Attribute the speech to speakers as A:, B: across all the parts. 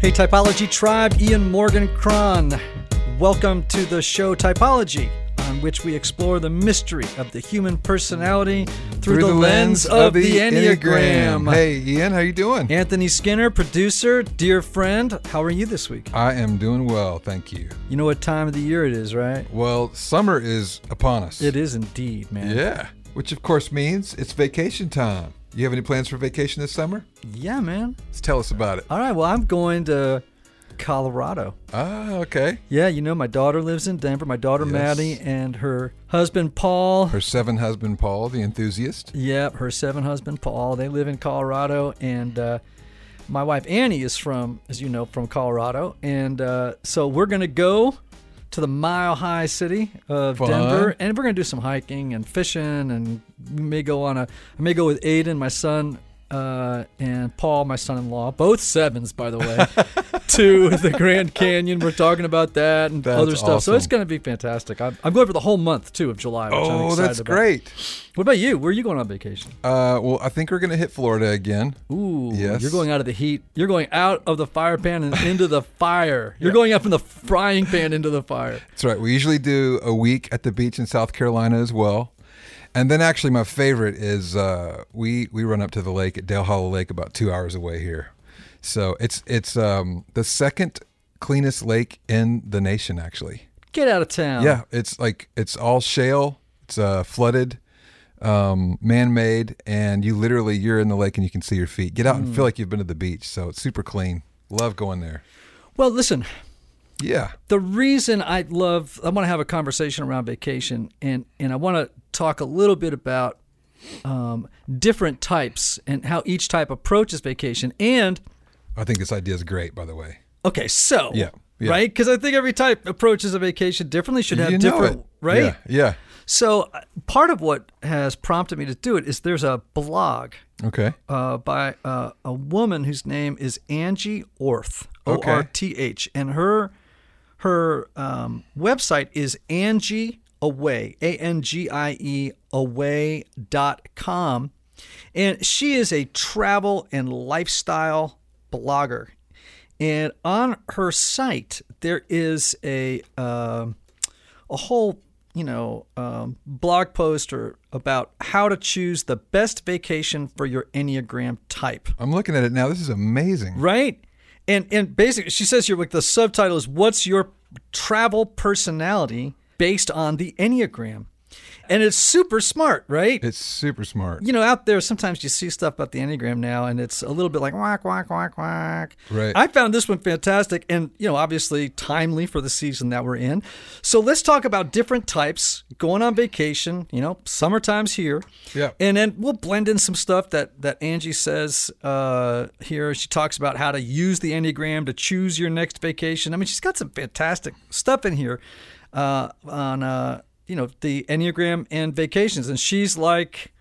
A: Hey, Typology Tribe, Ian Morgan Cron. Welcome to the show Typology, on which we explore the mystery of the human personality through, the, lens, of the Enneagram.
B: Hey, Ian, how you doing?
A: Anthony Skinner, producer, dear friend, how are you this week?
B: I am doing well, thank you.
A: You know what time of the year it is, right?
B: Well, summer is upon us.
A: It is indeed, man.
B: Yeah, which of course means it's vacation time. You have any plans for vacation this summer?
A: Yeah, man.
B: Let's tell us about it.
A: All right, well, I'm going to Colorado.
B: Ah, okay.
A: Yeah, you know, my daughter lives in Denver. My daughter
B: Yes.
A: Maddie and her husband Paul.
B: Her seven husband, Paul, the enthusiast.
A: Yep, her seven husband Paul. They live in Colorado, and uh, my wife Annie is from, as you know, from Colorado, and uh, so we're gonna go to the Mile High City of
B: Fun.
A: Denver, and we're gonna do some hiking and fishing, and we may go on a, I may go with Aiden, my son. Uh, and Paul, my son-in-law, both sevens, by the way, to the Grand Canyon. We're talking about that and
B: That's
A: other stuff. So it's
B: awesome.
A: going to be fantastic. I'm, I'm going for the whole month too of July. Which I'm
B: Oh,
A: excited
B: that's
A: about.
B: great.
A: What about you? Where are you going on vacation?
B: Uh, well, I think we're going to hit Florida again.
A: Ooh,
B: Yes.
A: you're going out of the heat. You're going out of the fire pan and into the fire. You're going up from the frying pan into the fire.
B: That's right. We usually do a week at the beach in South Carolina as well. And then actually my favorite is uh, we we run up to the lake at Dale Hollow Lake about two hours away here. So it's it's um, the second cleanest lake in the nation actually.
A: Get out of town.
B: Yeah, it's like it's all shale. It's uh, flooded, um, man-made, and you literally you're in the lake and you can see your feet. Get out and feel like you've been to the beach. So it's super clean. Love going there.
A: Well, listen,
B: Yeah,
A: the reason I love, I want to have a conversation around vacation, and and I want to talk a little bit about um, different types and how each type approaches vacation. And
B: I think this idea is great. By the way,
A: okay, so
B: Yeah, yeah.
A: right, because I think every type approaches a vacation differently. Should have
B: you know
A: different,
B: it.
A: right?
B: Yeah.
A: So uh, part of what has prompted me to do it is there's a blog
B: yeah. Okay.
A: uh, by uh, a woman whose name is Angie Orth, O
B: Okay.
A: R T H, and her her um, website is Angie Away, A N G I E Away dot com, and she is a travel and lifestyle blogger, and on her site there is a um a whole you know um, blog post or about how to choose the best vacation for your enneagram type
B: I'm looking at it now. This is amazing.
A: right and and basically she says here like the subtitle is what's your travel personality based on the enneagram and it's super smart right
B: It's super smart.
A: you know, out there, sometimes you see stuff about the Enneagram now, and it's a little bit like whack, whack, whack, whack.
B: Right.
A: I found this one fantastic and, you know, obviously timely for the season that we're in. So let's talk about different types going on vacation, you know, summertime's here.
B: Yeah.
A: And then we'll blend in some stuff that, that Angie says uh, here. She talks about how to use the Enneagram to choose your next vacation. I mean, she's got some fantastic stuff in here uh, on, uh, you know, the Enneagram and vacations. And she's like,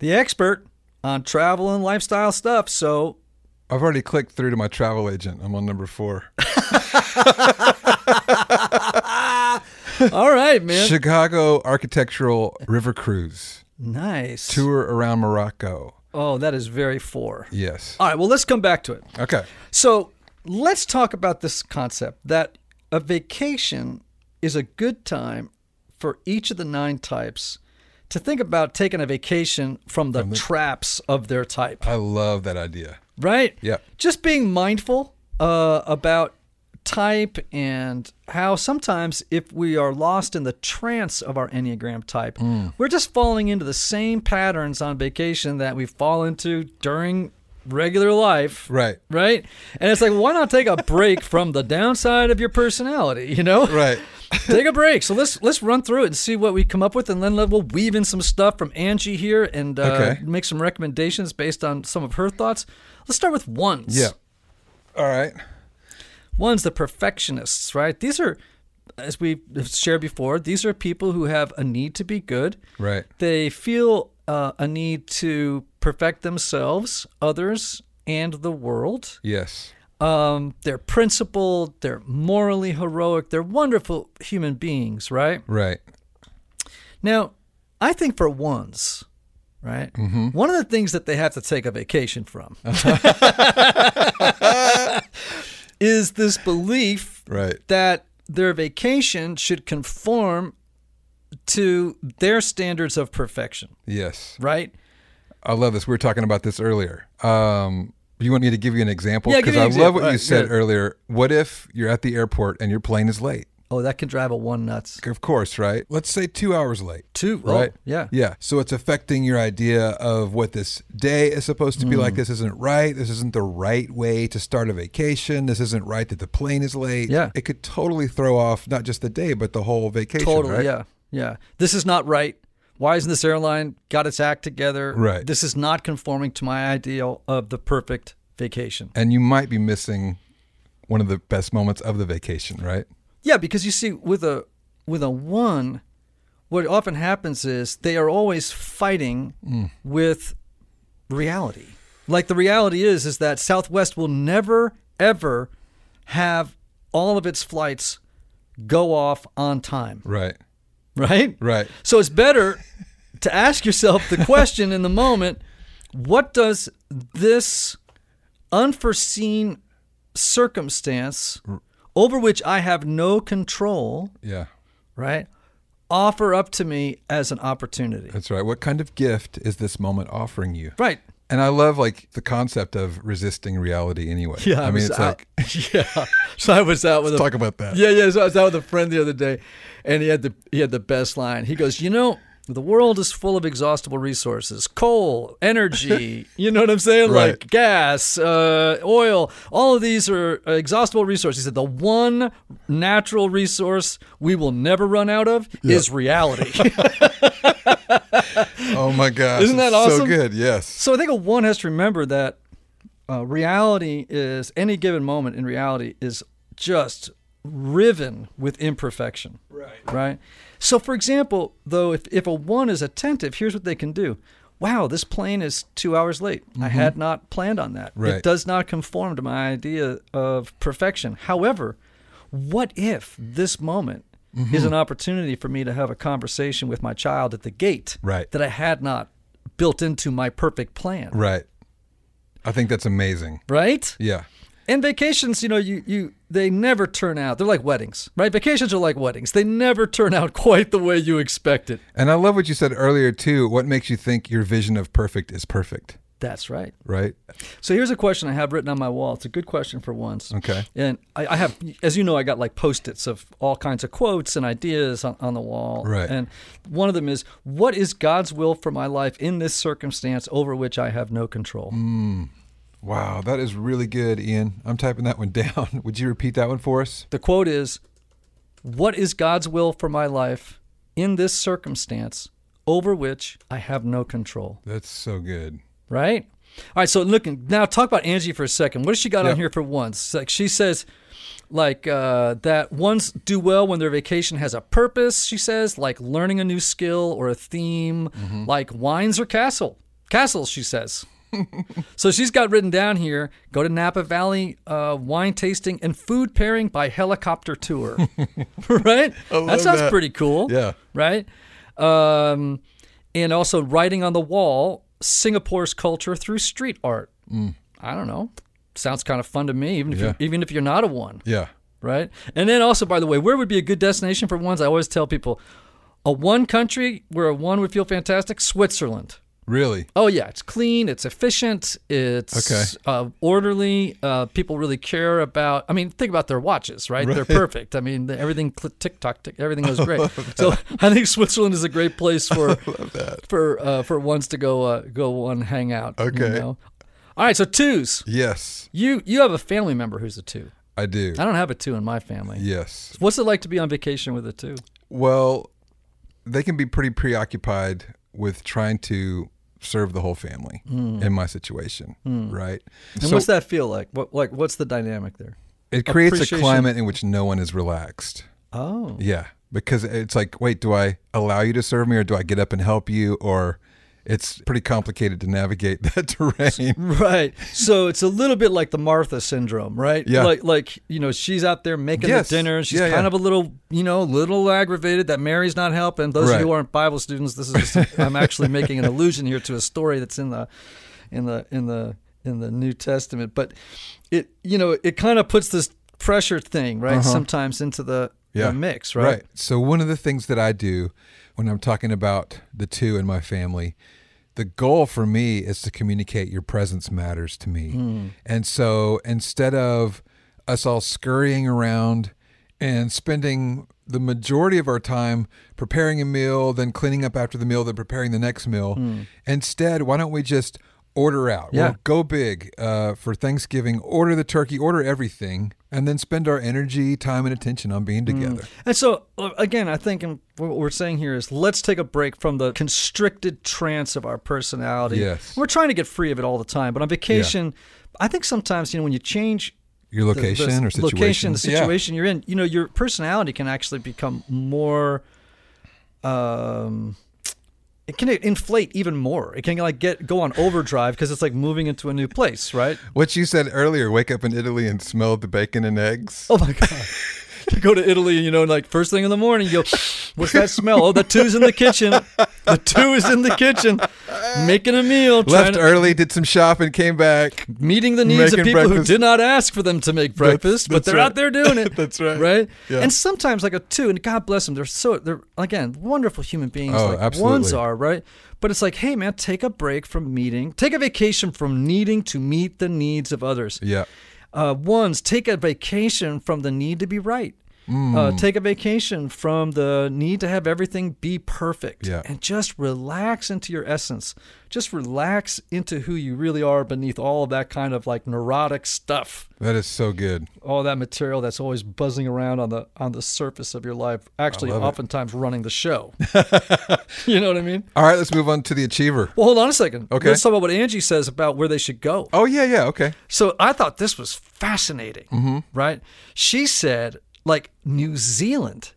A: the expert on travel and lifestyle stuff. So
B: I've already clicked through to my travel agent. I'm on number four.
A: all right, man.
B: Chicago Architectural River Cruise
A: nice.
B: tour around Morocco.
A: Oh, that is very four.
B: Yes.
A: All right, well, let's come back to it.
B: Okay.
A: So let's talk about this concept that a vacation is a good time for each of the nine types to think about taking a vacation from the traps of their type.
B: I love that idea.
A: right?
B: Yeah.
A: Just being mindful uh, about type and how sometimes if we are lost in the trance of our Enneagram type, we're just falling into the same patterns on vacation that we fall into during regular life.
B: Right.
A: Right? And it's like, why not take a break from the downside of your personality, you know?
B: Right.
A: take a break. So let's let's run through it and see what we come up with, and then let- we'll weave in some stuff from Angie here and uh,
B: Okay.
A: make some recommendations based on some of her thoughts. Let's start with ones.
B: Yeah. All right.
A: ones the perfectionists, right? These are, as we have shared before, these are people who have a need to be good.
B: Right.
A: They feel uh, a need to perfect themselves, others, and the world.
B: Yes.
A: Um, they're principled. They're morally heroic. They're wonderful human beings, right?
B: Right.
A: Now, I think for ones, right?
B: Mm-hmm.
A: One of the things that they have to take a vacation from. is this belief
B: Right.
A: that their vacation should conform to their standards of perfection,
B: Yes.
A: right?
B: I love this. We were talking about this earlier. Um, you want me to give you an example?
A: Yeah, give me
B: I
A: an
B: love
A: example.
B: what you
A: Right,
B: said
A: yeah.
B: earlier. What if you're at the airport and your plane is late?
A: Oh, that can drive a one nuts.
B: Of course, right? Let's say two hours late.
A: Two, oh,
B: Right.
A: yeah.
B: Yeah. So it's affecting your idea of what this day is supposed to be
A: Mm.
B: like. This isn't right. This isn't the right way to start a vacation. This isn't right that the plane is late.
A: Yeah.
B: It could totally throw off not just the day, but the whole vacation.
A: Totally,
B: right?
A: yeah, yeah. This is not right. Why isn't this airline got its act together?
B: Right.
A: This is not conforming to my ideal of the perfect vacation.
B: And you might be missing one of the best moments of the vacation, right?
A: Yeah, because you see, with a with a one, what often happens is they are always fighting
B: Mm.
A: with reality. Like the reality is, is that Southwest will never ever have all of its flights go off on time,
B: Right.
A: right?
B: Right.
A: So it's better to ask yourself the question in the moment what does this unforeseen circumstance over which I have no control,
B: Yeah.
A: right, offer up to me as an opportunity?
B: That's right. What kind of gift is this moment offering you?
A: Right.
B: And I love like the concept of resisting reality anyway.
A: Yeah.
B: I mean,
A: was
B: it's
A: out-
B: like
A: yeah. So I was out with a
B: talk about that.
A: Yeah, yeah. So I was out with a friend the other day, and he had the he had the best line. He goes, "You know, the world is full of exhaustible resources: coal, energy. you know what I'm saying?
B: Right.
A: Like gas, uh, oil. All of these are uh, exhaustible resources. He said the one natural resource we will never run out of is reality.
B: Oh my gosh.
A: Isn't that
B: it's So
A: awesome?
B: good. Yes.
A: so I think a one has to remember that uh, reality is any given moment in reality is just riven with imperfection.
B: Right.
A: right? So, for example, though, if, if a one is attentive, here's what they can do. Wow, this plane is two hours late. I had not planned on that.
B: Mm-hmm. Right.
A: It does not conform to my idea of perfection. However, what if this moment
B: Mm-hmm.
A: is an opportunity for me to have a conversation with my child at the gate
B: Right.
A: that I had not built into my perfect plan?
B: Right. I think that's amazing.
A: Right?
B: Yeah.
A: And vacations, you know, you you they never turn out. They're like weddings, right? Vacations are like weddings. They never turn out quite the way you expect it.
B: And I love what you said earlier too. What makes you think your vision of perfect is perfect?
A: That's right.
B: Right?
A: So here's a question I have written on my wall. It's a good question for once.
B: Okay.
A: And I, I have, as you know, I got like post its of all kinds of quotes and ideas on, on the wall.
B: Right.
A: And one of them is, What is God's will for my life in this circumstance over which I have no control?
B: Wow, that is really good, Ian. I'm typing that one down. Would you repeat that one for us?
A: The quote is, What is God's will for my life in this circumstance over which I have no control?
B: That's so good.
A: right? All right, so looking now, talk about Angie for a second. What has she got
B: Yeah.
A: on here for once? Like she says, like uh, that ones do well when their vacation has a purpose. She says, like learning a new skill or a theme,
B: Mm-hmm.
A: like wines or castle castles. She says. so she's got written down here: go to Napa Valley uh, wine tasting and food pairing by helicopter tour. right? that
B: love
A: sounds
B: that.
A: pretty cool
B: Yeah.
A: right? Um, and also writing on the wall Singapore's culture through street art. I don't know. Sounds kind of fun to me, even if
B: Mm. Yeah.
A: you, even if you're not a one,
B: Yeah.
A: right? And then also, by the way, where would be a good destination for ones? I always tell people, a one country where a one would feel fantastic, Switzerland.
B: Really?
A: Oh yeah, it's clean, it's efficient, it's
B: Okay.
A: uh, orderly. Uh, people really care about. I mean, think about their watches, right? They're perfect. I mean, the- everything cl- tick tock, tick, everything goes great. So I think Switzerland is a great place for for uh, for ones to go uh, go and hang out. you
B: Okay.
A: know? All right, so twos.
B: Yes,
A: You you have a family member who's a two.
B: I do.
A: I don't have a two in my family.
B: Yes.
A: What's it like to be on vacation with a two?
B: Well, they can be pretty preoccupied with trying to serve the whole family in my situation, right?
A: Hmm. And what's that feel like? What like what's the dynamic there?
B: it creates a
A: appreciation?
B: climate in which no one is relaxed.
A: Oh,
B: Yeah, because it's like, wait, do I allow you to serve me or do I get up and help you or it's pretty complicated to navigate that terrain.
A: Right. So it's a little bit like the Martha syndrome, right?
B: Yeah.
A: Like like you know, she's out there making
B: Yes.
A: the dinner. She's
B: Yeah,
A: kind
B: yeah.
A: of a little, you know, little aggravated that Mary's not helping. Those
B: Right.
A: of you who aren't Bible students, this is I'm actually making an allusion here to a story that's in the in the in the in the New Testament, but it you know it kind of puts this pressure thing right sometimes into the, the
B: Uh-huh. Yeah.
A: mix, right?
B: So one of the things that I do when I'm talking about the two in my family, the goal for me is to communicate your presence matters to me.
A: Hmm.
B: And so instead of us all scurrying around and spending the majority of our time preparing a meal, then cleaning up after the meal, then preparing the next meal, instead, why don't we just order out?
A: Hmm. Yeah.
B: We'll go big uh, for Thanksgiving, order the turkey, order everything, and then spend our energy, time, and attention on being
A: Hmm.
B: together.
A: And so, uh, again, I think um, what we're saying here is let's take a break from the constricted trance of our personality.
B: Yes.
A: We're trying to get free of it all the time, but on vacation, I think sometimes, you know, when you change
B: your
A: the- the
B: location or situation.
A: location, the
B: Yeah.
A: situation you're in, you know, your personality can actually become more. Um, it can inflate even more. It can like get go on overdrive because it's like moving into a new place, right?
B: What you said earlier, wake up in Italy and smell the bacon and eggs.
A: Oh my god! you go to Italy, you know, and like first thing in the morning, you go, "What's that smell?" Oh, the two's in the kitchen. The two is in the kitchen, making a meal, trying
B: Left
A: to,
B: early, did some shopping, came back.
A: meeting the needs of
B: making
A: people
B: breakfast.
A: who did not ask for them to make breakfast, but
B: that's
A: they're
B: right.
A: out there doing it.
B: That's right.
A: Right?
B: Yeah.
A: And sometimes like a two, and God bless them, they're so they're again wonderful human beings.
B: Oh,
A: like ones
B: absolutely.
A: are right. But it's like, hey man, take a break from meeting, take a vacation from needing to meet the needs of others.
B: Yeah.
A: Uh, ones take a vacation from the need to be right.
B: Mm.
A: Uh, take a vacation from the need to have everything be perfect
B: Yeah.
A: and just relax into your essence. Just relax into who you really are beneath all of that kind of like neurotic stuff,
B: That is so good.
A: all that material that's always buzzing around on the on the surface of your life, actually
B: love it.
A: oftentimes running the show. you know what I mean?
B: All right, let's move on to the achiever.
A: Well, hold on a second.
B: Okay.
A: Let's talk about what Angie says about where they should go.
B: Oh yeah, yeah, okay.
A: So I thought this was fascinating,
B: Mm-hmm.
A: right? She said, like, New Zealand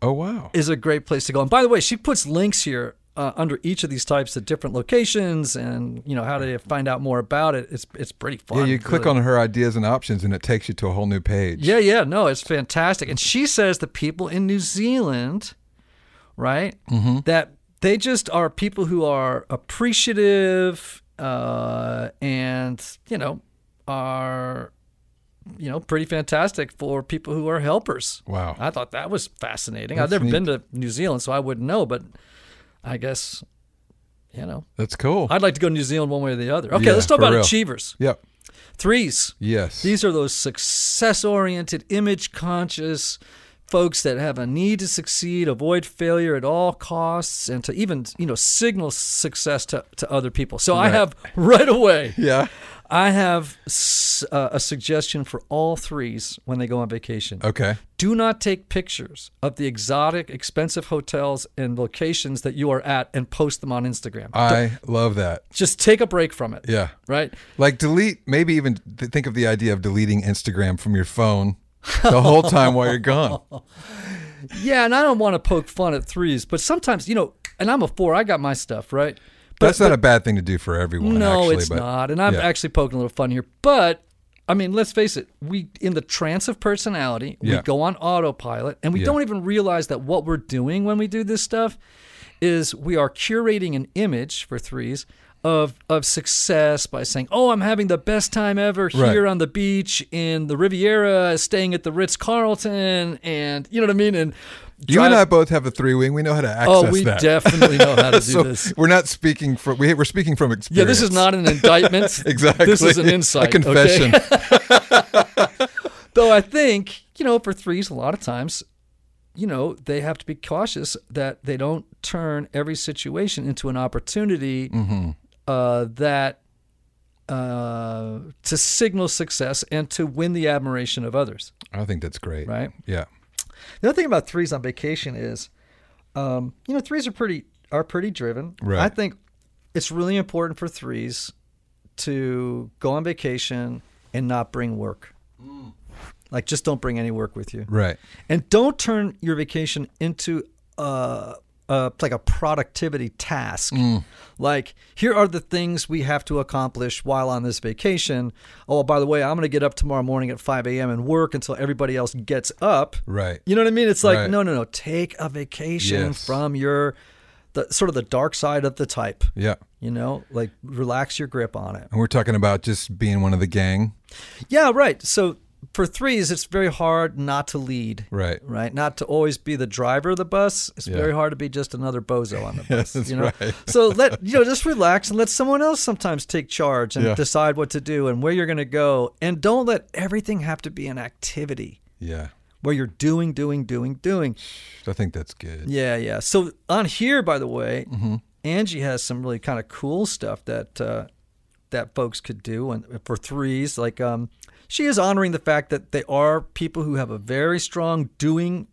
B: Oh wow.
A: is a great place to go. And by the way, she puts links here uh, under each of these types to different locations and, you know, how to find out more about it. It's, it's pretty fun.
B: Yeah, you click
A: really.
B: on her ideas and options, and it takes you to a whole new page.
A: Yeah, yeah, no, it's fantastic. And she says the people in New Zealand, right,
B: Mm-hmm.
A: that they just are people who are appreciative uh, and, you know, are, you know, pretty fantastic for people who are helpers.
B: Wow.
A: I thought that was fascinating. I've never
B: neat.
A: been to New Zealand, so I wouldn't know, but I guess, you know,
B: That's cool.
A: I'd like to go to New Zealand one way or the other. Okay,
B: Yeah,
A: let's talk
B: for
A: about
B: real.
A: achievers.
B: yep.
A: Threes.
B: Yes.
A: These are those success oriented, image conscious folks that have a need to succeed, avoid failure at all costs, and to even, you know, signal success to, to other people. So I have right away,
B: yeah.
A: I have s- uh, a suggestion for all threes when they go on vacation.
B: Okay.
A: Do not take pictures of the exotic, expensive hotels and locations that you are at and post them on Instagram.
B: I love that.
A: Just take a break from it.
B: Uh, Yeah.
A: Right?
B: Like delete, maybe even th- think of the idea of deleting Instagram from your phone the whole time while you're gone.
A: Yeah, and I don't want to poke fun at threes, but sometimes, you know, and I'm a four, I got my stuff, right? But
B: That's not a bad thing to do for everyone.
A: no,
B: actually,
A: it's
B: but
A: not. And I'm
B: yeah.
A: actually poking a little fun here. But I mean, let's face it, we in the trance of personality, we
B: Yeah.
A: go on autopilot and we don't even realize that what we're doing when we do this stuff is we are curating an image for threes of of success by saying, "Oh, I'm having the best time ever here on the beach in the Riviera, staying at the Ritz-Carlton and you know what I mean?" And
B: You and
A: drive-
B: I both have a three wing. We know how to access
A: Oh, we
B: that.
A: definitely know how to do
B: so
A: this.
B: we're not speaking from we, we're speaking from experience.
A: Yeah, this is not an indictment.
B: exactly.
A: This is an
B: A
A: insight. okay?
B: confession.
A: Though I think, you know, for threes, a lot of times, you know, they have to be cautious that they don't turn every situation into an opportunity
B: Mm-hmm.
A: uh, that uh, to signal success and to win the admiration of others,
B: I think that's great.
A: right?
B: Yeah.
A: The other thing about threes on vacation is, um, you know, threes are pretty are pretty driven.
B: Right.
A: I think it's really important for threes to go on vacation and not bring work. Like, just don't bring any work with you,
B: Mm. Right.
A: and don't turn your vacation into a, a like a productivity task.
B: Mm.
A: Like, here are the things we have to accomplish while on this vacation. Oh, by the way, I'm going to get up tomorrow morning at 5 a.m. and work until everybody else gets up.
B: Right.
A: You know what I mean? It's like,
B: Right.
A: no, no, no. Take a vacation
B: Yes.
A: from your the sort of the dark side of the type.
B: Yeah.
A: You know, like relax your grip on it.
B: And we're talking about just being one of the gang.
A: Yeah, right. So for threes, it's very hard not to lead.
B: Right.
A: Right. Not to always be the driver of the bus. It's
B: Yeah.
A: very hard to be just another bozo on the bus.
B: that's
A: you know.
B: right.
A: so let you know, just relax and let someone else sometimes take charge and
B: Yeah.
A: decide what to do and where you're going to go. And don't let everything have to be an activity
B: Yeah.
A: where you're doing, doing, doing, doing.
B: I think that's good.
A: Yeah, yeah. So on here, by the way, Angie has some really kind of cool stuff that uh, that folks could do and for threes. Like um, she is honoring the fact that they are people who have a very strong doing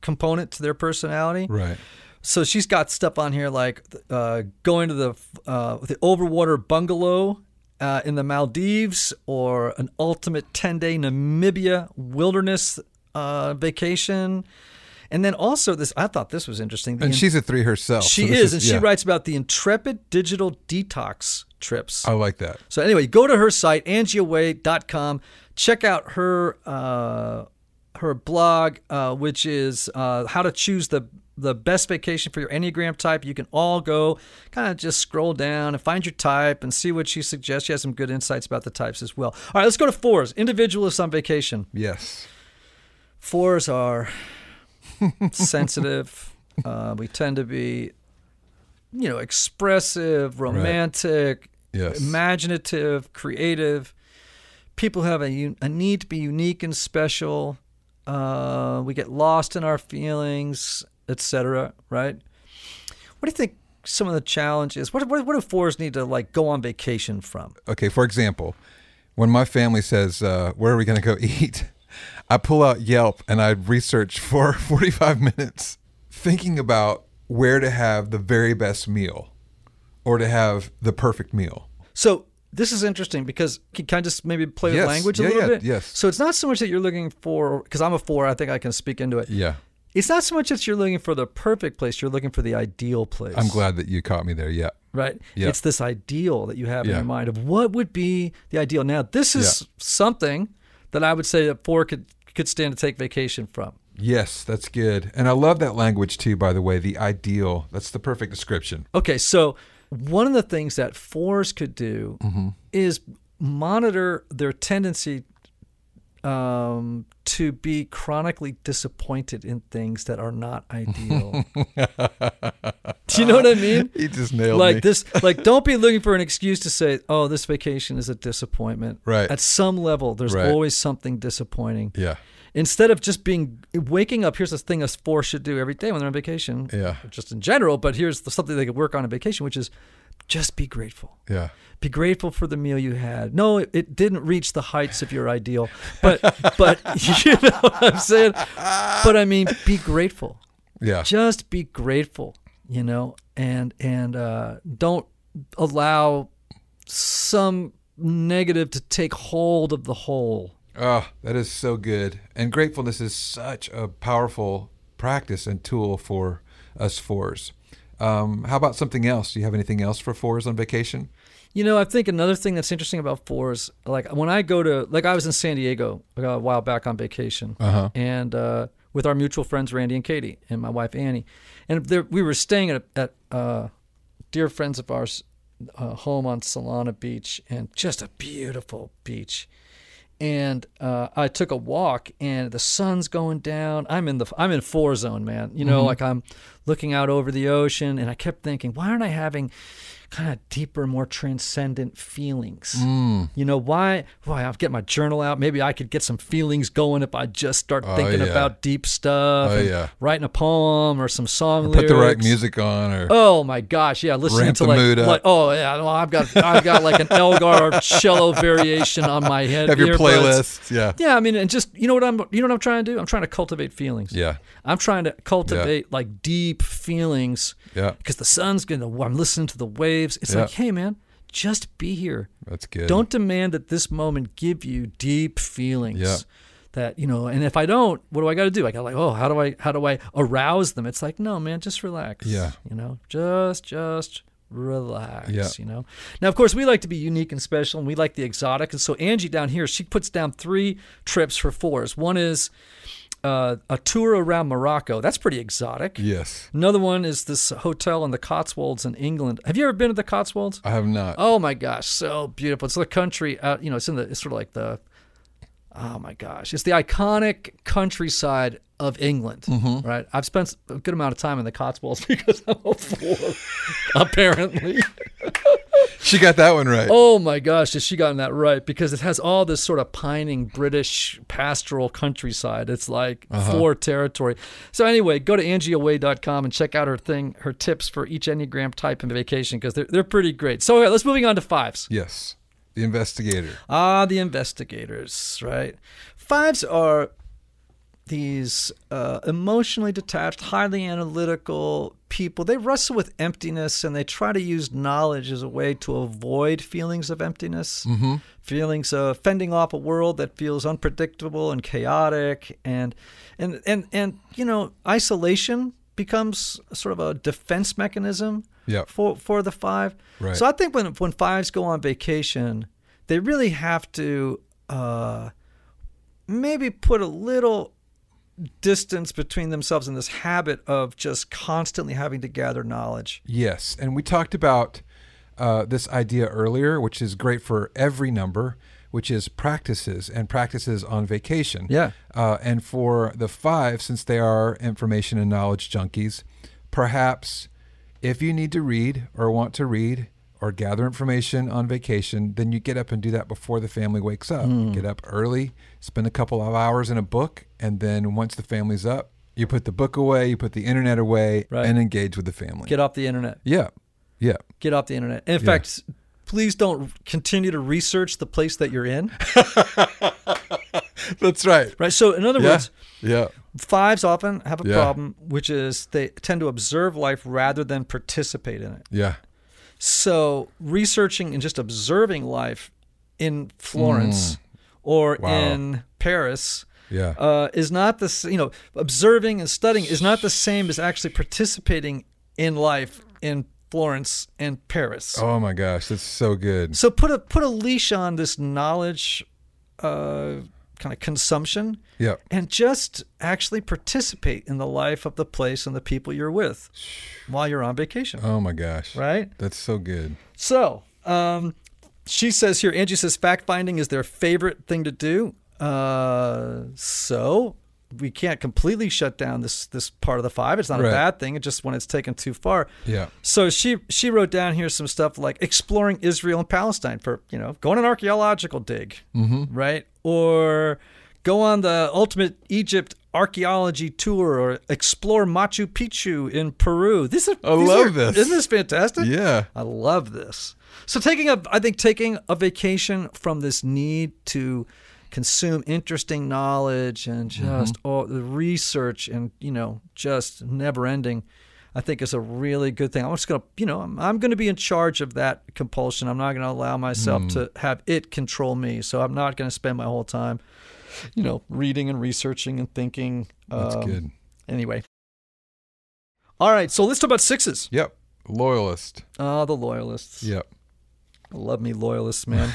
A: component to their personality.
B: Right.
A: So she's got stuff on here like uh, going to the uh, the overwater bungalow uh, in the Maldives, or an ultimate ten day Namibia wilderness uh, vacation, and then also this. I thought this was interesting. The
B: And
A: in-
B: she's a three herself.
A: she
B: so this
A: is, and she
B: yeah.
A: writes about the intrepid digital detox trips.
B: I like that.
A: So anyway, go to her site angieaway.com. Check out her uh, her blog, uh, which is uh, how to choose the the best vacation for your enneagram type. You can all go kind of just scroll down and find your type and see what she suggests. She has some good insights about the types as well. All right, let's go to fours. Individualists on vacation.
B: Yes.
A: Fours are sensitive. Uh, we tend to be, you know, expressive, romantic,
B: Yes.
A: imaginative, creative. People have a, un- a need to be unique and special. Uh, we get lost in our feelings, etc. Right? What do you think? Some of the challenges. What, what what do fours need to like go on vacation from?
B: okay, for example, when my family says, uh, "Where are we going to go eat?" I pull out Yelp and I research for 45 minutes thinking about where to have the very best meal or to have the perfect meal.
A: So this is interesting because can, can I just maybe play
B: Yes.
A: with language
B: Yeah,
A: a little
B: yeah,
A: bit?
B: yes.
A: So it's not so much that you're looking for because I'm a four. I think I can speak into it.
B: Yeah.
A: It's not so much that you're looking for the perfect place. You're looking for the ideal place.
B: I'm glad that you caught me there. Yeah.
A: right?
B: Yeah.
A: It's this ideal that you have in
B: Yeah.
A: your mind of what would be the ideal. Now, this is
B: Yeah.
A: something that I would say that four could could stand to take vacation from.
B: Yes, that's good. And I love that language too, by the way, the ideal. That's the perfect description.
A: Okay, so one of the things that fours could do
B: Mm-hmm.
A: is monitor their tendency um, to be chronically disappointed in things that are not ideal. do you know what I mean?
B: He just nailed
A: like
B: me.
A: this like don't be looking for an excuse to say oh this vacation is a disappointment
B: Right.
A: at some level there's
B: Right.
A: always something disappointing
B: yeah.
A: instead of just being waking up here's this thing us four should do every day when they're on vacation
B: Yeah.
A: just in general but here's the, something they could work on on vacation which is just be grateful
B: Yeah.
A: be grateful for the meal you had. No, it, it didn't reach the heights of your ideal, but but you know what I'm saying. But I mean, be grateful
B: Yeah.
A: just be grateful you know and and uh, don't allow some negative to take hold of the whole
B: Oh, that is so good. And gratefulness is such a powerful practice and tool for us fours. Um, how about something else? Do you have anything else for fours on vacation?
A: you know i think another thing that's interesting about fours like when i go to like i was in san diego like, a while back on vacation
B: Uh-huh.
A: and uh, with our mutual friends randy and katie and my wife annie and there, we were staying at, at uh, dear friends of ours uh, home on solana beach and just a beautiful beach and uh, I took a walk, and the sun's going down. I'm in the I'm in four zone, man. You
B: Mm-hmm.
A: know, like I'm looking out over the ocean, and I kept thinking, why aren't I having kind of deeper, more transcendent feelings?
B: Mm.
A: You know, why? Why I'll get my journal out. Maybe I could get some feelings going if I just start thinking
B: Oh, yeah.
A: about deep stuff,
B: Oh,
A: and
B: yeah.
A: writing a poem or some song
B: Put
A: lyrics.
B: the right music on, or
A: Oh my gosh, yeah, listening
B: Ramp
A: to
B: the
A: like,
B: mood up.
A: like- oh yeah, well, I've got I've got like an Elgar cello variation on my head.
B: have your
A: earbuds.
B: playlists. Yeah.
A: Yeah, I mean, and just you know what I'm you know what I'm trying to do? I'm trying to cultivate feelings.
B: Yeah.
A: I'm trying to cultivate like deep feelings.
B: Yeah.
A: Because the sun's gonna. I'm listening to the waves. It's
B: Yeah.
A: like, hey man, just be here.
B: That's good.
A: Don't demand that this moment give you deep feelings.
B: Yeah.
A: That you know, and if I don't, what do I got to do? I got like, oh, how do I how do I arouse them? It's like, no, man, just relax.
B: Yeah.
A: You know, just just relax.
B: Yeah.
A: You know. Now, of course, we like to be unique and special, and we like the exotic. And so Angie down here, she puts down three trips for fours. One is uh, a tour around Morocco. That's pretty exotic.
B: Yes.
A: Another one is this hotel in the Cotswolds in England. Have you ever been to the Cotswolds?
B: I have not.
A: Oh my gosh, so beautiful. It's the country out, you know, it's in the it's sort of like the oh my gosh, it's the iconic countryside of England, right? I've spent a good amount of time in the Cotswolds because I'm a fool, apparently.
B: She got that one right.
A: Oh my gosh, has she gotten that right? Because it has all this sort of pining British pastoral countryside. It's like floor territory. So anyway, go to angieaway.com and check out her thing, her tips for each Enneagram type and vacation because they're, they're pretty great. So okay, let's moving on to fives.
B: Yes. The investigator.
A: Ah, the investigators, right? Fives are these uh, emotionally detached, highly analytical people. They wrestle with emptiness and they try to use knowledge as a way to avoid feelings of emptiness, feelings of fending off a world that feels unpredictable and chaotic, and and and and you know, isolation becomes sort of a defense mechanism
B: Yep.
A: for for the five.
B: Right.
A: So I think when when fives go on vacation, they really have to uh, maybe put a little distance between themselves and this habit of just constantly having to gather knowledge.
B: Yes, and we talked about uh, this idea earlier, which is great for every number, which is practices and practices on vacation.
A: Yeah.
B: Uh, and for the five, since they are information and knowledge junkies, perhaps if you need to read or want to read or gather information on vacation, then you get up and do that before the family wakes up.
A: Hmm.
B: Get up early, spend a couple of hours in a book, and then once the family's up, you put the book away, you put the internet away,
A: Right.
B: and engage with the family.
A: Get off the internet.
B: Yeah. Yeah.
A: Get off the internet. In fact, please don't continue to research the place that you're in.
B: That's right.
A: Right. So in other
B: Yeah.
A: words,
B: Yeah.
A: fives often have a
B: Yeah.
A: problem, which is they tend to observe life rather than participate in it.
B: Yeah.
A: So researching and just observing life in Florence or
B: Mm. Wow.
A: in Paris
B: Yeah.
A: uh, is not the s- you know observing and studying is not the same as actually participating in life in Florence and Paris.
B: oh my gosh, that's so good.
A: So put a put a leash on this knowledge uh, kind of consumption
B: Yeah.
A: and just actually participate in the life of the place and the people you're with while you're on vacation,
B: Oh my gosh.
A: right?
B: That's so good.
A: So, um, she says here, Angie says fact finding is their favorite thing to do. Uh, so we can't completely shut down this this part of the five. It's not a
B: Right.
A: bad thing. It's just when it's taken too far.
B: Yeah.
A: So she she wrote down here some stuff like exploring Israel and Palestine for you know go on an archaeological dig,
B: Mm-hmm.
A: right? Or go on the ultimate Egypt archaeology tour, or explore Machu Picchu in Peru. This is
B: I
A: these
B: love
A: are-
B: this.
A: Isn't this fantastic?
B: Yeah.
A: I love this. So taking a, I think taking a vacation from this need to consume interesting knowledge and
B: Mm-hmm.
A: just all the research and you know just never ending, I think is a really good thing. I'm just gonna you know I'm, I'm gonna be in charge of that compulsion. I'm not gonna allow myself
B: Mm.
A: to have it control me. So I'm not gonna spend my whole time, you know, reading and researching and thinking.
B: That's
A: Um,
B: good.
A: Anyway. All right, so let's talk about sixes.
B: Yep. Loyalist.
A: Ah, the loyalists.
B: Yep.
A: Love me loyalists, man.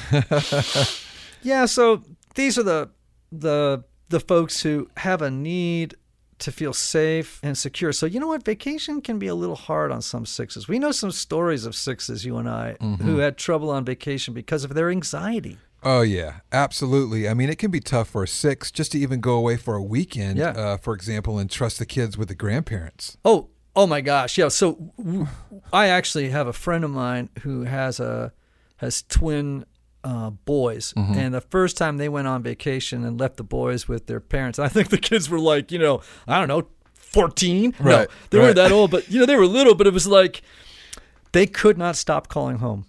A: yeah, so these are the the the folks who have a need to feel safe and secure. So you know what? Vacation can be a little hard on some sixes. We know some stories of sixes, you and I, who had trouble on vacation because of their anxiety.
B: Oh yeah, absolutely. I mean, it can be tough for a six just to even go away for a weekend,
A: Yeah.
B: uh, for example, and trust the kids with the grandparents.
A: Oh, oh my gosh. Yeah. So w- I actually have a friend of mine who has a has twin uh, boys,
B: Mm-hmm.
A: and the first time they went on vacation and left the boys with their parents, I think the kids were like, you know, I don't know, fourteen.
B: Right,
A: no, they weren't
B: right.
A: that old, but you know, they were little. But it was like they could not stop calling home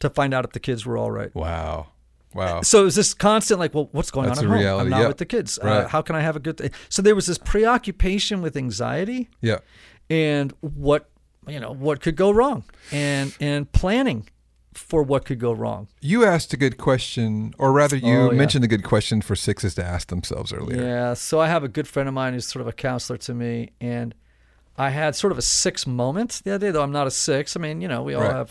A: to find out if the kids were all right.
B: Wow. Wow.
A: So it was this constant, like, well, what's going
B: That's
A: on at
B: the
A: home?
B: reality,
A: I'm not
B: yeah.
A: with the kids. Uh,
B: Right.
A: how can I have a good? Th-? So there was this preoccupation with anxiety
B: Yeah.
A: and what you know what could go wrong and and planning for what could go wrong
B: You asked a good question, or rather, you
A: Oh, yeah.
B: mentioned a good question for sixes to ask themselves earlier.
A: yeah so i have a good friend of mine who's sort of a counselor to me and i had sort of a six moment the other day though i'm not a six i mean you know we all
B: Right.
A: have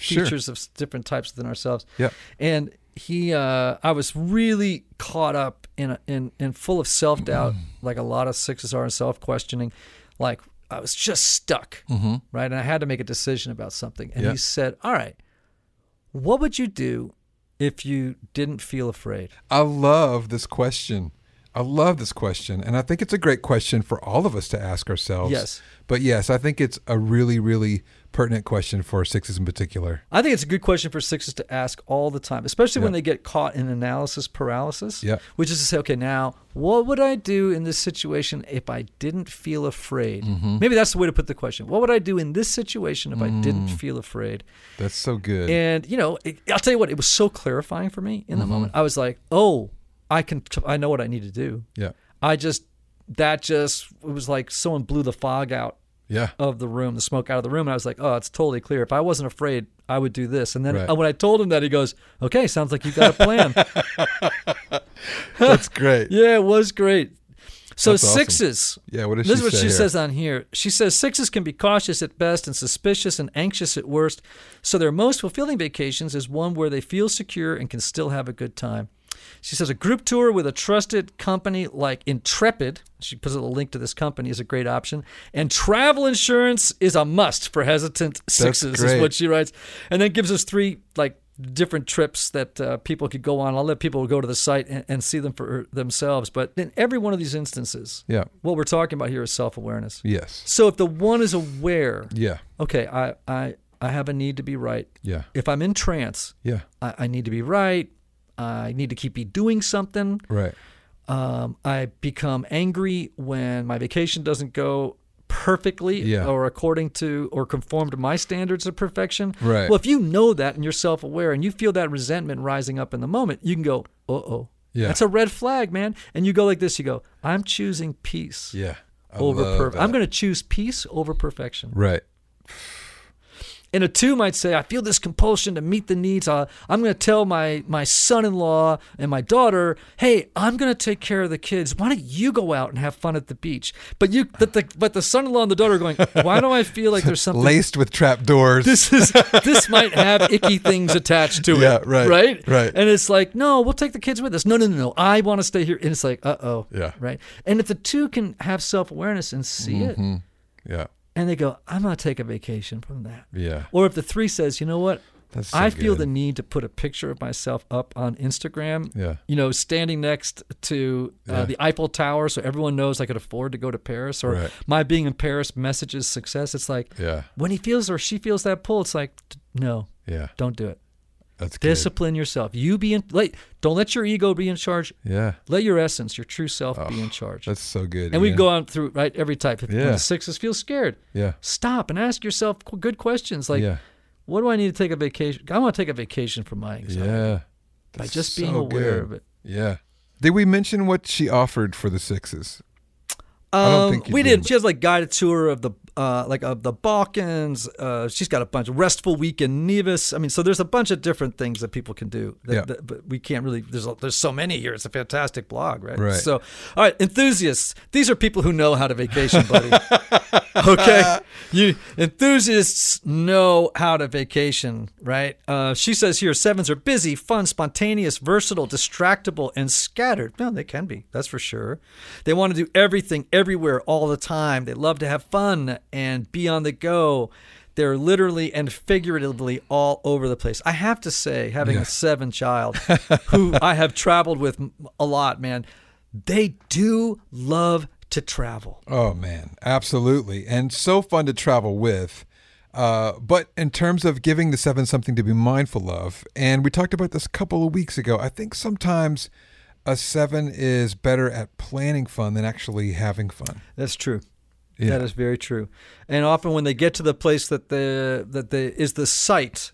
B: Sure.
A: features of s- different types within ourselves
B: Yep.
A: and he uh, I was really caught up in in in full of self doubt, like a lot of sixes are in self questioning, like I was just stuck, right? And I had to make a decision about something. And
B: Mm-hmm. Yeah.
A: he said, "All right, what would you do if you didn't feel afraid?"
B: I love this question. I love this question. And I think it's a great question for all of us to ask ourselves.
A: Yes.
B: But yes, I think it's a really, really pertinent question for sixes in particular.
A: I think it's a good question for sixes to ask all the time, especially when they get caught in analysis paralysis,
B: Yeah.
A: which is to say, okay, now what would I do in this situation if I didn't feel afraid? Maybe that's the way to put the question. What would I do in this situation if I didn't feel afraid?
B: That's so good.
A: And you know, it, I'll tell you what, it was so clarifying for me in the moment. I was like, oh, I can, I know what I need to do.
B: yeah.
A: I just that just it was like someone blew the fog out
B: Yeah.
A: of the room, the smoke out of the room. And I was like, oh, it's totally clear. If I wasn't afraid, I would do this. And then
B: Right.
A: uh, when I told him that, he goes, okay, sounds like you got a plan.
B: That's great.
A: yeah, it was great. So
B: That's awesome.
A: sixes.
B: Yeah, what does
A: this is
B: she
A: what
B: say
A: she
B: here?
A: says on here. She says sixes can be cautious at best and suspicious and anxious at worst. So their most fulfilling vacations is one where they feel secure and can still have a good time. She says a group tour with a trusted company like Intrepid, she puts a little link to this company, is a great option. And travel insurance is a must for hesitant sixes, is
B: great.
A: what she writes. And then gives us three like different trips that uh, people could go on. I'll let people go to the site and, and see them for er, themselves. But in every one of these instances,
B: Yeah.
A: what we're talking about here is self awareness.
B: Yes.
A: So if the one is aware,
B: Yeah.
A: okay, I, I, I have a need to be right.
B: Yeah.
A: If I'm in trance,
B: Yeah.
A: I, I need to be right. I need to keep be doing something.
B: Right.
A: Um, I become angry when my vacation doesn't go perfectly
B: Yeah.
A: or according to or conform to my standards of perfection.
B: Right.
A: Well, if you know that and you're self aware and you feel that resentment rising up in the moment, you can go, uh oh.
B: Yeah.
A: That's a red flag, man. And you go like this you go, I'm choosing peace
B: Yeah. I
A: over
B: love
A: perfect.
B: that.
A: I'm going to choose peace over perfection.
B: Right.
A: And a two might say, I feel this compulsion to meet the needs. Uh, I'm going to tell my, my son in law and my daughter, hey, I'm going to take care of the kids. Why don't you go out and have fun at the beach? But you, but the, but the son in law and the daughter are going, why do I feel like there's something?
B: Laced with trap doors.
A: This is this might have icky things attached to it.
B: Yeah, right,
A: Right.
B: right.
A: And it's like, no, we'll take the kids with us. No, no, no, no. I want to stay here. And it's like, uh oh.
B: Yeah. Mm-hmm.
A: Right. And if the two can have self awareness and see it,
B: yeah.
A: and they go, I'm going to take a vacation from that.
B: Yeah.
A: Or if the three says, you know what?
B: That's so
A: I feel the
B: good.
A: need to put a picture of myself up on Instagram.
B: Yeah.
A: You know, standing next to uh, the Eiffel Tower so everyone knows I could afford to go to Paris or
B: Right.
A: my being in Paris messages success. It's like
B: Yeah.
A: when he feels or she feels that pull, it's like, t- no,
B: Yeah.
A: don't do it.
B: That's good.
A: Discipline yourself. You be in, like, don't let your ego be in charge.
B: yeah.
A: Let your essence, your true self be in charge.
B: That's so good.
A: And we
B: Ian.
A: go on through, right? Every type. If when
B: Yeah.
A: the sixes feel scared,
B: Yeah.
A: stop and ask yourself qu- good questions like,
B: yeah.
A: what do I need to take a vacation? I want to take a vacation from my anxiety
B: Yeah.
A: by
B: That's
A: just being
B: so
A: aware
B: good.
A: of it.
B: Yeah. Did we mention what she offered for the sixes?
A: Um,
B: don't think you
A: we
B: did.
A: did. She has like guided tour of the uh, like of the Balkans. Uh, she's got a bunch of restful week in Nevis. I mean, so there's a bunch of different things that people can do. That,
B: Yeah.
A: that- but we can't really. There's a, there's so many here. It's a fantastic blog, right?
B: Right.
A: So, all right, enthusiasts. These are people who know how to vacation, buddy. okay, you enthusiasts know how to vacation, right? Uh, she says here sevens are busy, fun, spontaneous, versatile, distractible, and scattered. No, they can be. That's for sure. They want to do everything, everywhere, all the time. They love to have fun and be on the go. They're literally and figuratively all over the place. I have to say, having a seven child who I have traveled with m- a lot, man, they do love to travel.
B: Oh man, absolutely, and so fun to travel with. Uh, but in terms of giving the seven something to be mindful of, and we talked about this a couple of weeks ago. I think sometimes a seven is better at planning fun than actually having fun.
A: That's true.
B: Yeah.
A: That is very true. And often when they get to the place that the that the is the site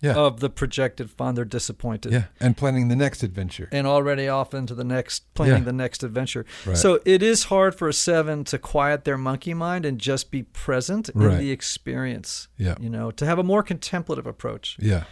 B: Yeah.
A: of the projected fun, they're disappointed.
B: Yeah, and planning the next adventure.
A: And already off into the next planning
B: Yeah.
A: the next adventure.
B: Right.
A: So it is hard for a seven to quiet their monkey mind and just be present
B: Right.
A: in the experience.
B: Yeah.
A: You know, to have a more contemplative approach
B: Yeah,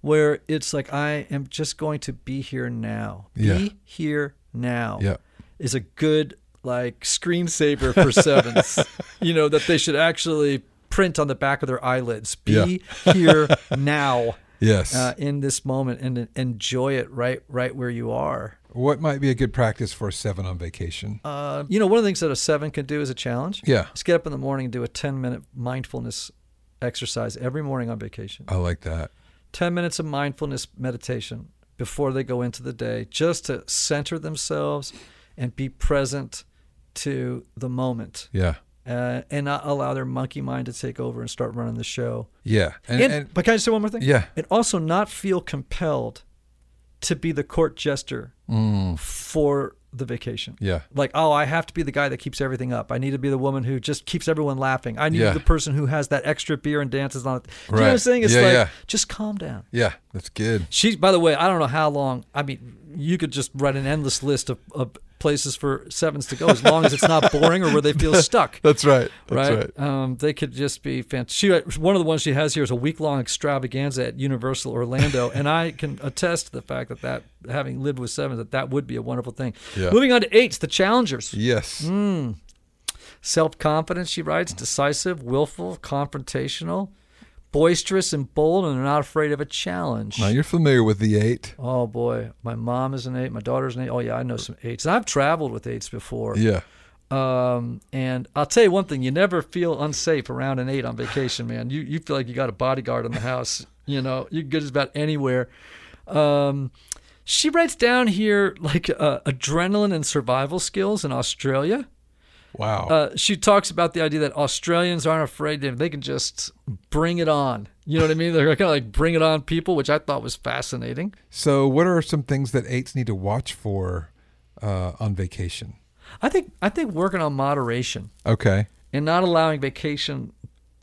A: where it's like I am just going to be here now.
B: Yeah.
A: Be here now.
B: Yeah.
A: Is a good like screensaver for sevens. you know, that they should actually print on the back of their eyelids. Be here now.
B: Yes.
A: uh, in this moment and enjoy it right right where you are.
B: what might be a good practice for seven on vacation?
A: Uh, you know, one of the things that a seven can do as a challenge
B: Yeah.
A: is get up in the morning and do a 10 minute mindfulness exercise every morning on vacation.
B: I like that.
A: 10 minutes of mindfulness meditation before they go into the day just to center themselves and be present to the moment
B: Yeah.
A: uh, and not allow their monkey mind to take over and start running the show.
B: Yeah. And,
A: And,
B: and-
A: but can I say one more thing?
B: yeah.
A: And also not feel compelled to be the court jester
B: Mm,
A: for the vacation.
B: yeah.
A: Like, oh, I have to be the guy that keeps everything up. I need to be the woman who just keeps everyone laughing. I need
B: Yeah.
A: the person who has that extra beer and dances on it. Do you know what I'm
B: Right.
A: saying? It's
B: Yeah,
A: like,
B: yeah.
A: just calm down.
B: Yeah. That's good.
A: She's, by the way, I don't know how long. I mean, you could just write an endless list of, of places for sevens to go as long as it's not boring or where they feel stuck.
B: That's right. That's
A: Right? Um, they could just be fantastic. She, one of the ones she has here is a week long extravaganza at Universal Orlando, and I can attest to the fact that that, having lived with sevens, that that would be a wonderful thing.
B: Yeah.
A: Moving on to eights, the challengers.
B: Yes.
A: Mm. Self confidence, she writes, decisive, willful, confrontational, boisterous, and bold, and are not afraid of a challenge.
B: Now you're familiar with the eight.
A: Oh boy, my mom is an eight, my daughter's an eight. Oh yeah, I know some eights, and I've traveled with eights before.
B: Yeah.
A: Um, and I'll tell you one thing: you never feel unsafe around an eight on vacation, man. You you feel like you got a bodyguard in the house. You know, you can go just about anywhere. Um, she writes down here like uh, adrenaline and survival skills in Australia.
B: Wow.
A: Uh, she talks about the idea that Australians aren't afraid; they they can just bring it on. You know what I mean? They're kind of like bring it on people, which I thought was fascinating.
B: so, what are some things that eights need to watch for uh, on vacation?
A: I think I think working on moderation
B: Okay.
A: and not allowing vacation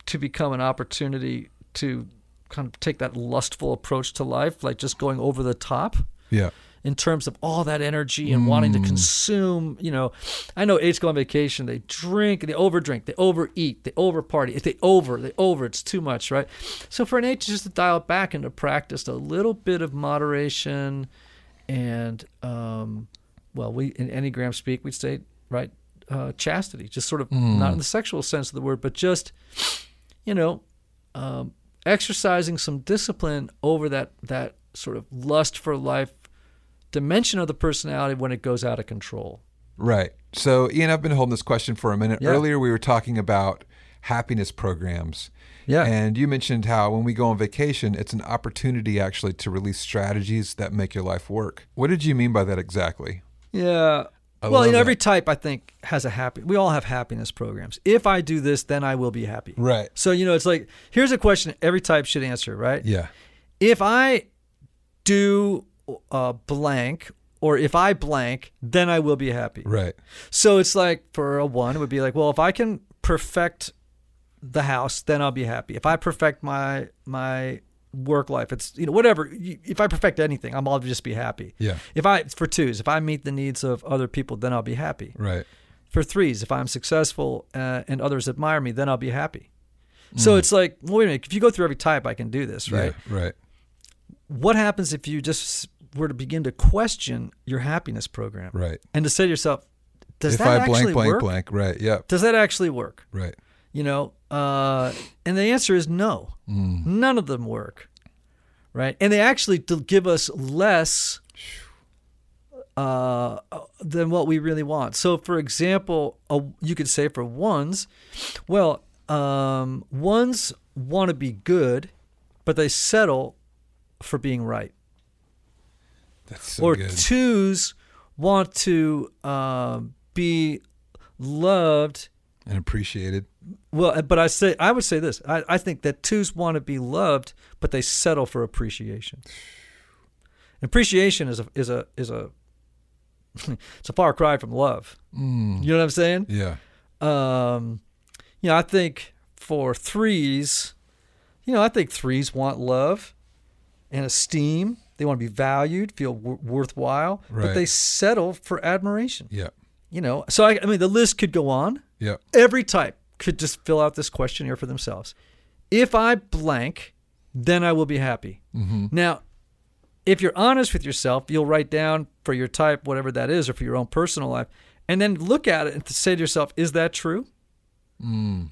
A: to become an opportunity to kind of take that lustful approach to life, like just going over the top
B: Yeah.
A: in terms of all that energy and wanting to consume. You know, I know eights go on vacation, they drink, they overdrink, they overeat, they overparty. If they over, they over, it's too much, right? So for an eight, just to dial it back and to practice a little bit of moderation and, um, well, we in Enneagram speak, we'd say, right, uh, chastity, just sort of not in the sexual sense of the word, but just, you know, um, exercising some discipline over that that sort of lust for life dimension of the personality when it goes out of control.
B: Right. So, Ian, I've been holding this question for a minute.
A: Yeah.
B: Earlier, we were talking about happiness programs.
A: Yeah.
B: And you mentioned how when we go on vacation, it's an opportunity actually to release strategies that make your life work. What did you mean by that exactly?
A: Yeah.
B: I
A: well, you
B: love
A: know, every type I think has a happy. We all have happiness programs. If I do this, then I will be happy.
B: Right.
A: So you know, it's like here's a question every type should answer, right?
B: Yeah.
A: If I do uh, blank, or if I blank, then I will be happy.
B: Right.
A: So it's like for a one, it would be like, well, if I can perfect the house, then I'll be happy. If I perfect my my work life, it's you know whatever. You- If I perfect anything, I'm I'll just be happy.
B: Yeah.
A: If I for twos, if I meet the needs of other people, then I'll be happy.
B: Right.
A: For threes, if I'm successful uh, and others admire me, then I'll be happy. So it's like, well, wait a minute. If you go through every type, I can do this, right?
B: Mm. Yeah, right.
A: What happens if you just were to begin to question your happiness program
B: Right.
A: and to say to yourself, does
B: if
A: that
B: I
A: actually
B: blank, blank,
A: work?
B: blank. Right. Yeah.
A: does that actually work?
B: Right.
A: You know, uh, and the answer is no. None of them work, right? And they actually do give us less uh, than what we really want. So, for example, a, you could say for ones, well, um, ones want to be good, but they settle for being right
B: That's so
A: or
B: good.
A: twos want to um, be loved
B: and appreciated.
A: well, uh, but I say I would say this. I, I think that twos want to be loved, but they settle for appreciation. Appreciation is a is a is a it's a far cry from love. You know what I'm saying?
B: Mm, Yeah.
A: Um, you know, I think for threes, you know, I think threes want love and esteem. They want to be valued, feel w- worthwhile,
B: Right.
A: but they settle for admiration.
B: Yeah.
A: You know, so I, I mean, the list could go on
B: Yeah.
A: every type could just fill out this questionnaire for themselves. If I blank, then I will be happy. Now, if you're honest with yourself, you'll write down for your type, whatever that is, or for your own personal life, and then look at it and say to yourself, is that true?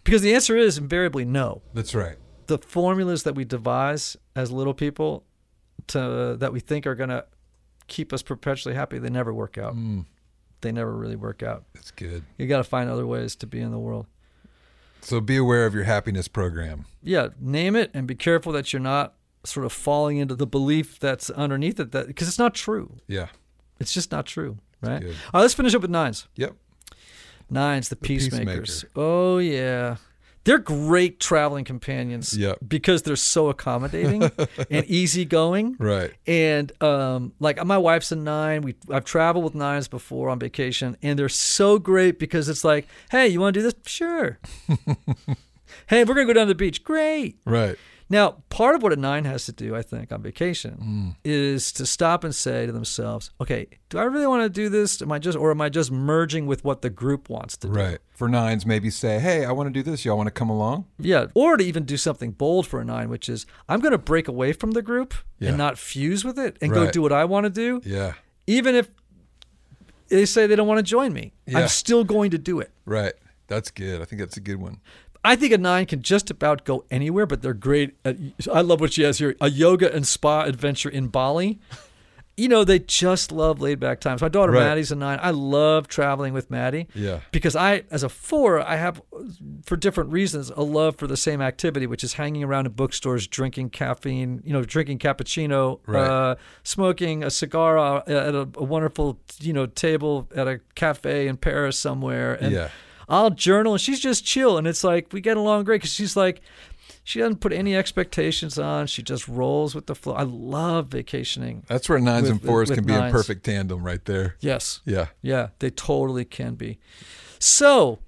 A: Because the answer is invariably no.
B: That's right.
A: The formulas that we devise as little people to that we think are going to keep us perpetually happy, they never work out. They never really work out.
B: It's good.
A: You got to find other ways to be in the world.
B: So be aware of your happiness program.
A: yeah, name it and be careful that you're not sort of falling into the belief that's underneath it that because it's not true.
B: Yeah.
A: It's just not true, right? All
B: good.
A: right, let's finish up with nines.
B: Yep.
A: Nines, the,
B: Peacemaker.
A: peacemakers. Oh yeah. They're great traveling companions
B: Yep.
A: because they're so accommodating and easygoing.
B: Right.
A: And um, like my wife's a nine. We I've traveled with nines before on vacation, and they're so great because it's like, hey, you want to do this? Sure. hey, we're gonna go down to the beach. Great.
B: Right.
A: Now, part of what a nine has to do, I think, on
B: Hmm.
A: vacation is to stop and say to themselves, okay, do I really want to do this? Am I just, or am I just merging with what the group wants to do?
B: Right. For nines, maybe say, hey, I want to do this. Y'all want to come along?
A: Yeah. Or to even do something bold for a nine, which is I'm going to break away from the group
B: Yeah.
A: and not fuse with it and go
B: Right.
A: do what I want to do,
B: Yeah.
A: even if they say they don't want to join me.
B: Yeah.
A: I'm still going to do it.
B: Right. That's good. I think that's a good one.
A: I think a nine can just about go anywhere, but they're great. At, I love what she has here: a yoga and spa adventure in Bali. You know, they just love laid back times. My daughter
B: Right.
A: Maddie's a nine. I love traveling with Maddie.
B: Yeah.
A: Because I, as a four, I have, for different reasons, a love for the same activity, which is hanging around in bookstores, drinking caffeine, you know, drinking cappuccino,
B: Right.
A: uh, smoking a cigar uh, at a, a wonderful, you know, table at a cafe in Paris somewhere, and
B: Yeah.
A: I'll journal, and she's just chill, and it's like we get along great because she's like, she doesn't put any expectations on. She just rolls with the flow. I love vacationing.
B: That's where nines
A: With-
B: and fours
A: with
B: can be in
A: nines.
B: perfect tandem right there.
A: Yes.
B: Yeah.
A: Yeah, they totally can be. So,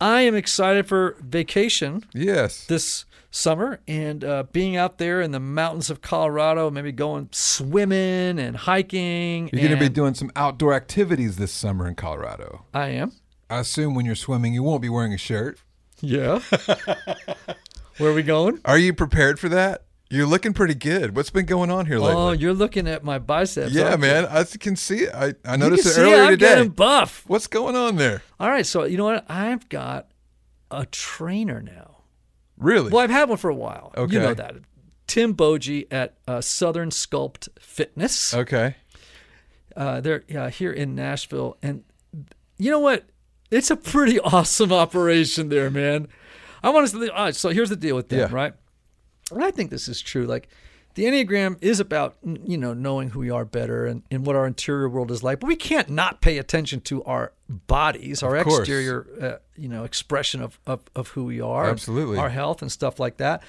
A: I am excited for vacation
B: Yes.
A: this summer and uh, being out there in the mountains of Colorado, maybe going swimming and hiking.
B: You're going to be
A: and-
B: doing some outdoor activities this summer in Colorado.
A: I am.
B: I assume when you're swimming, you won't be wearing a shirt.
A: Yeah. Where are we going?
B: Are you prepared for that? You're looking pretty good. What's been going on here lately?
A: Oh, you're looking at my biceps.
B: yeah,
A: aren't you?
B: man. I s- can see it. I, I
A: You
B: noticed
A: can
B: it
A: see
B: earlier
A: I'm
B: today.
A: getting buff.
B: What's going on there?
A: All right, so you know what? I've got a trainer now.
B: Really?
A: Well, I've had one for a while.
B: Okay.
A: You know that. Tim Boji at uh, Southern Sculpt Fitness.
B: Okay.
A: Uh, they're uh, here in Nashville, and you know what? It's a pretty awesome operation there, man. I want to. all right, so here's the deal with them,
B: Yeah.
A: right? And I think this is true. Like, the Enneagram is about n- you know knowing who we are better and, and what our interior world is like, but we can't not pay attention to our bodies, our
B: course.
A: exterior, uh, you know, expression of, of of who we are, and
B: Absolutely.
A: our health and stuff like that.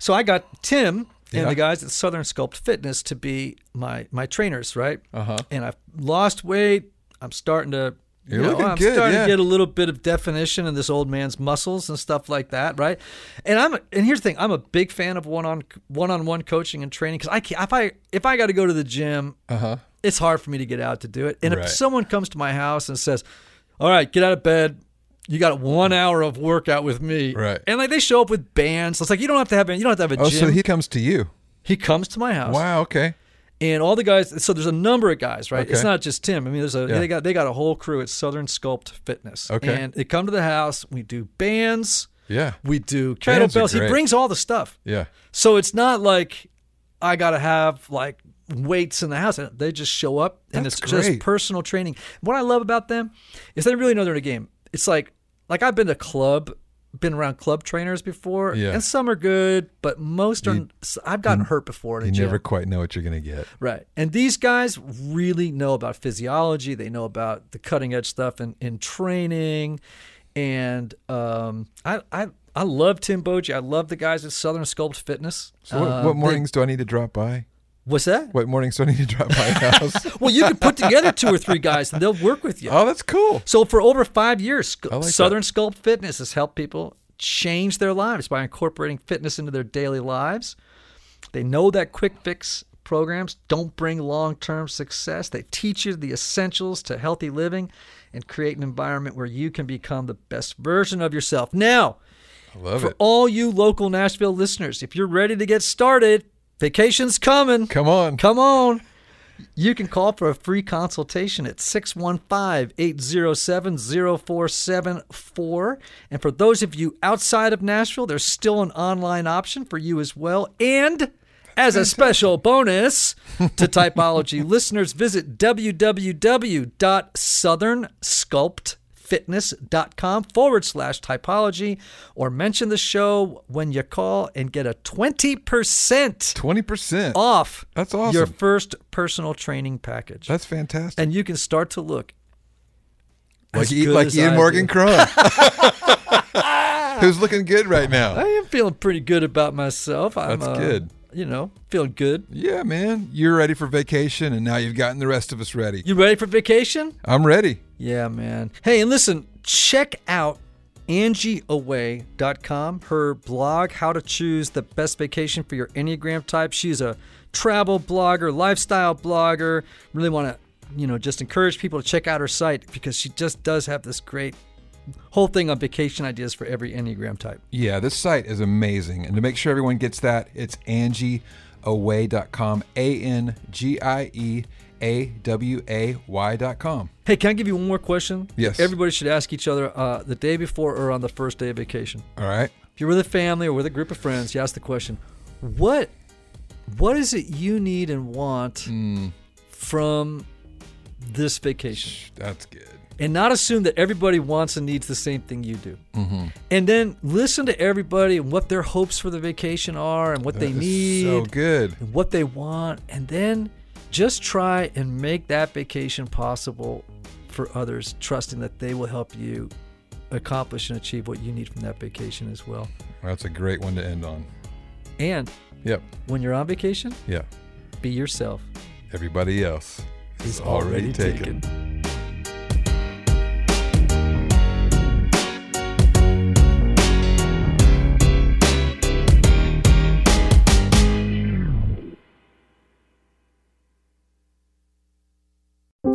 A: So I got Tim and
B: Yeah.
A: the guys at Southern Sculpt Fitness to be my my trainers, right? Uh-huh. And I've lost weight. I'm starting to you
B: You're
A: know,
B: looking
A: I'm
B: good,
A: starting
B: yeah.
A: to get a little bit of definition in this old man's muscles and stuff like that, right? And I'm and here's the thing, I'm a big fan of one on one on one coaching and training because I can't, if I if I got to go to the gym, uh-huh. it's hard for me to get out to do it. And
B: Right.
A: if someone comes to my house and says, "All right, get out of bed." You got one hour of workout with me,
B: Right.
A: And like they show up with bands, so it's like you don't have to have you don't have to have a
B: Oh,
A: gym.
B: so he comes to you.
A: He comes to my house,
B: Wow. Okay.
A: and all the guys. So there's a number of guys, right? It's
B: Okay.
A: not just Tim. I mean, there's a
B: Yeah.
A: they got they got a whole crew at Southern Sculpt Fitness.
B: Okay.
A: and they come to the house. We do bands.
B: Yeah.
A: We do
B: Bands are
A: kettlebells. He
B: great.
A: brings all the stuff,
B: Yeah.
A: so it's not like I gotta have like weights in the house. They just show up, and
B: That's
A: it's
B: great.
A: just personal training. What I love about them is they really know they're in a game. It's like like I've been to club, been around club trainers before,
B: Yeah.
A: and some are good, but most are. I've gotten hurt before in a
B: You
A: gym.
B: never quite know what you're going to get.
A: Right. And these guys really know about physiology. They know about the cutting edge stuff in, in training. And um, I, I, I love Tim Boji. I love the guys at Southern Sculpt Fitness.
B: So what,
A: Uh,
B: what mornings do I need to drop by?
A: what's that?
B: What mornings do I need to drop by your house?
A: Well, you can put together two or three guys and they'll work with you.
B: oh, that's cool.
A: So for over five years, Sc-
B: like
A: Southern Sculpt Fitness has helped people change their lives by incorporating fitness into their daily lives. They know that quick fix programs don't bring long-term success. They teach you the essentials to healthy living and create an environment where you can become the best version of yourself. Now,
B: I love
A: for
B: it.
A: all you local Nashville listeners, if you're ready to get started, vacation's coming.
B: Come on.
A: Come on. You can call for a free consultation at 615 807 0474. And for those of you outside of Nashville, there's still an online option for you as well. And as a special bonus to Typology listeners, visit www.southernsculptfitness.com forward slash typology or mention the show when you call and get a 20%
B: Twenty percent.
A: off
B: That's awesome.
A: your first personal training package.
B: That's fantastic.
A: and you can start to look
B: like
A: as
B: E-
A: good
B: like
A: as
B: Ian
A: I
B: Morgan
A: do.
B: Crumb, who's looking good right now.
A: I am feeling pretty good about myself. I'm,
B: That's
A: uh,
B: good.
A: You know, feeling good.
B: Yeah, man, you're ready for vacation, and now you've gotten the rest of us ready.
A: You ready for vacation?
B: I'm ready.
A: Yeah, man. Hey, and listen, check out angieaway.com, her blog, How to Choose the Best Vacation for Your Enneagram Type. She's a travel blogger, lifestyle blogger. Really want to, you know, just encourage people to check out her site because she just does have this great whole thing on vacation ideas for every Enneagram type.
B: Yeah, this site is amazing. And to make sure everyone gets that, it's angieaway.com. A N G I E A W A Y.com.
A: Hey, can I give you one more question?
B: Yes.
A: Everybody should ask each other uh, the day before or on the first day of vacation.
B: All right.
A: If you're with a family or with a group of friends, you ask the question, what what is it you need and want
B: Mm.
A: from this vacation?
B: That's good.
A: And not assume that everybody wants and needs the same thing you do.
B: Mm-hmm.
A: And then listen to everybody and what their hopes for the vacation are and what they
B: That is
A: need
B: So good.
A: and what they want, and then just try and make that vacation possible for others, trusting that they will help you accomplish and achieve what you need from that vacation as well.
B: That's a great one to end on.
A: And
B: Yep.
A: when you're on vacation,
B: Yeah.
A: be yourself.
B: Everybody else is
A: It's
B: already, taken.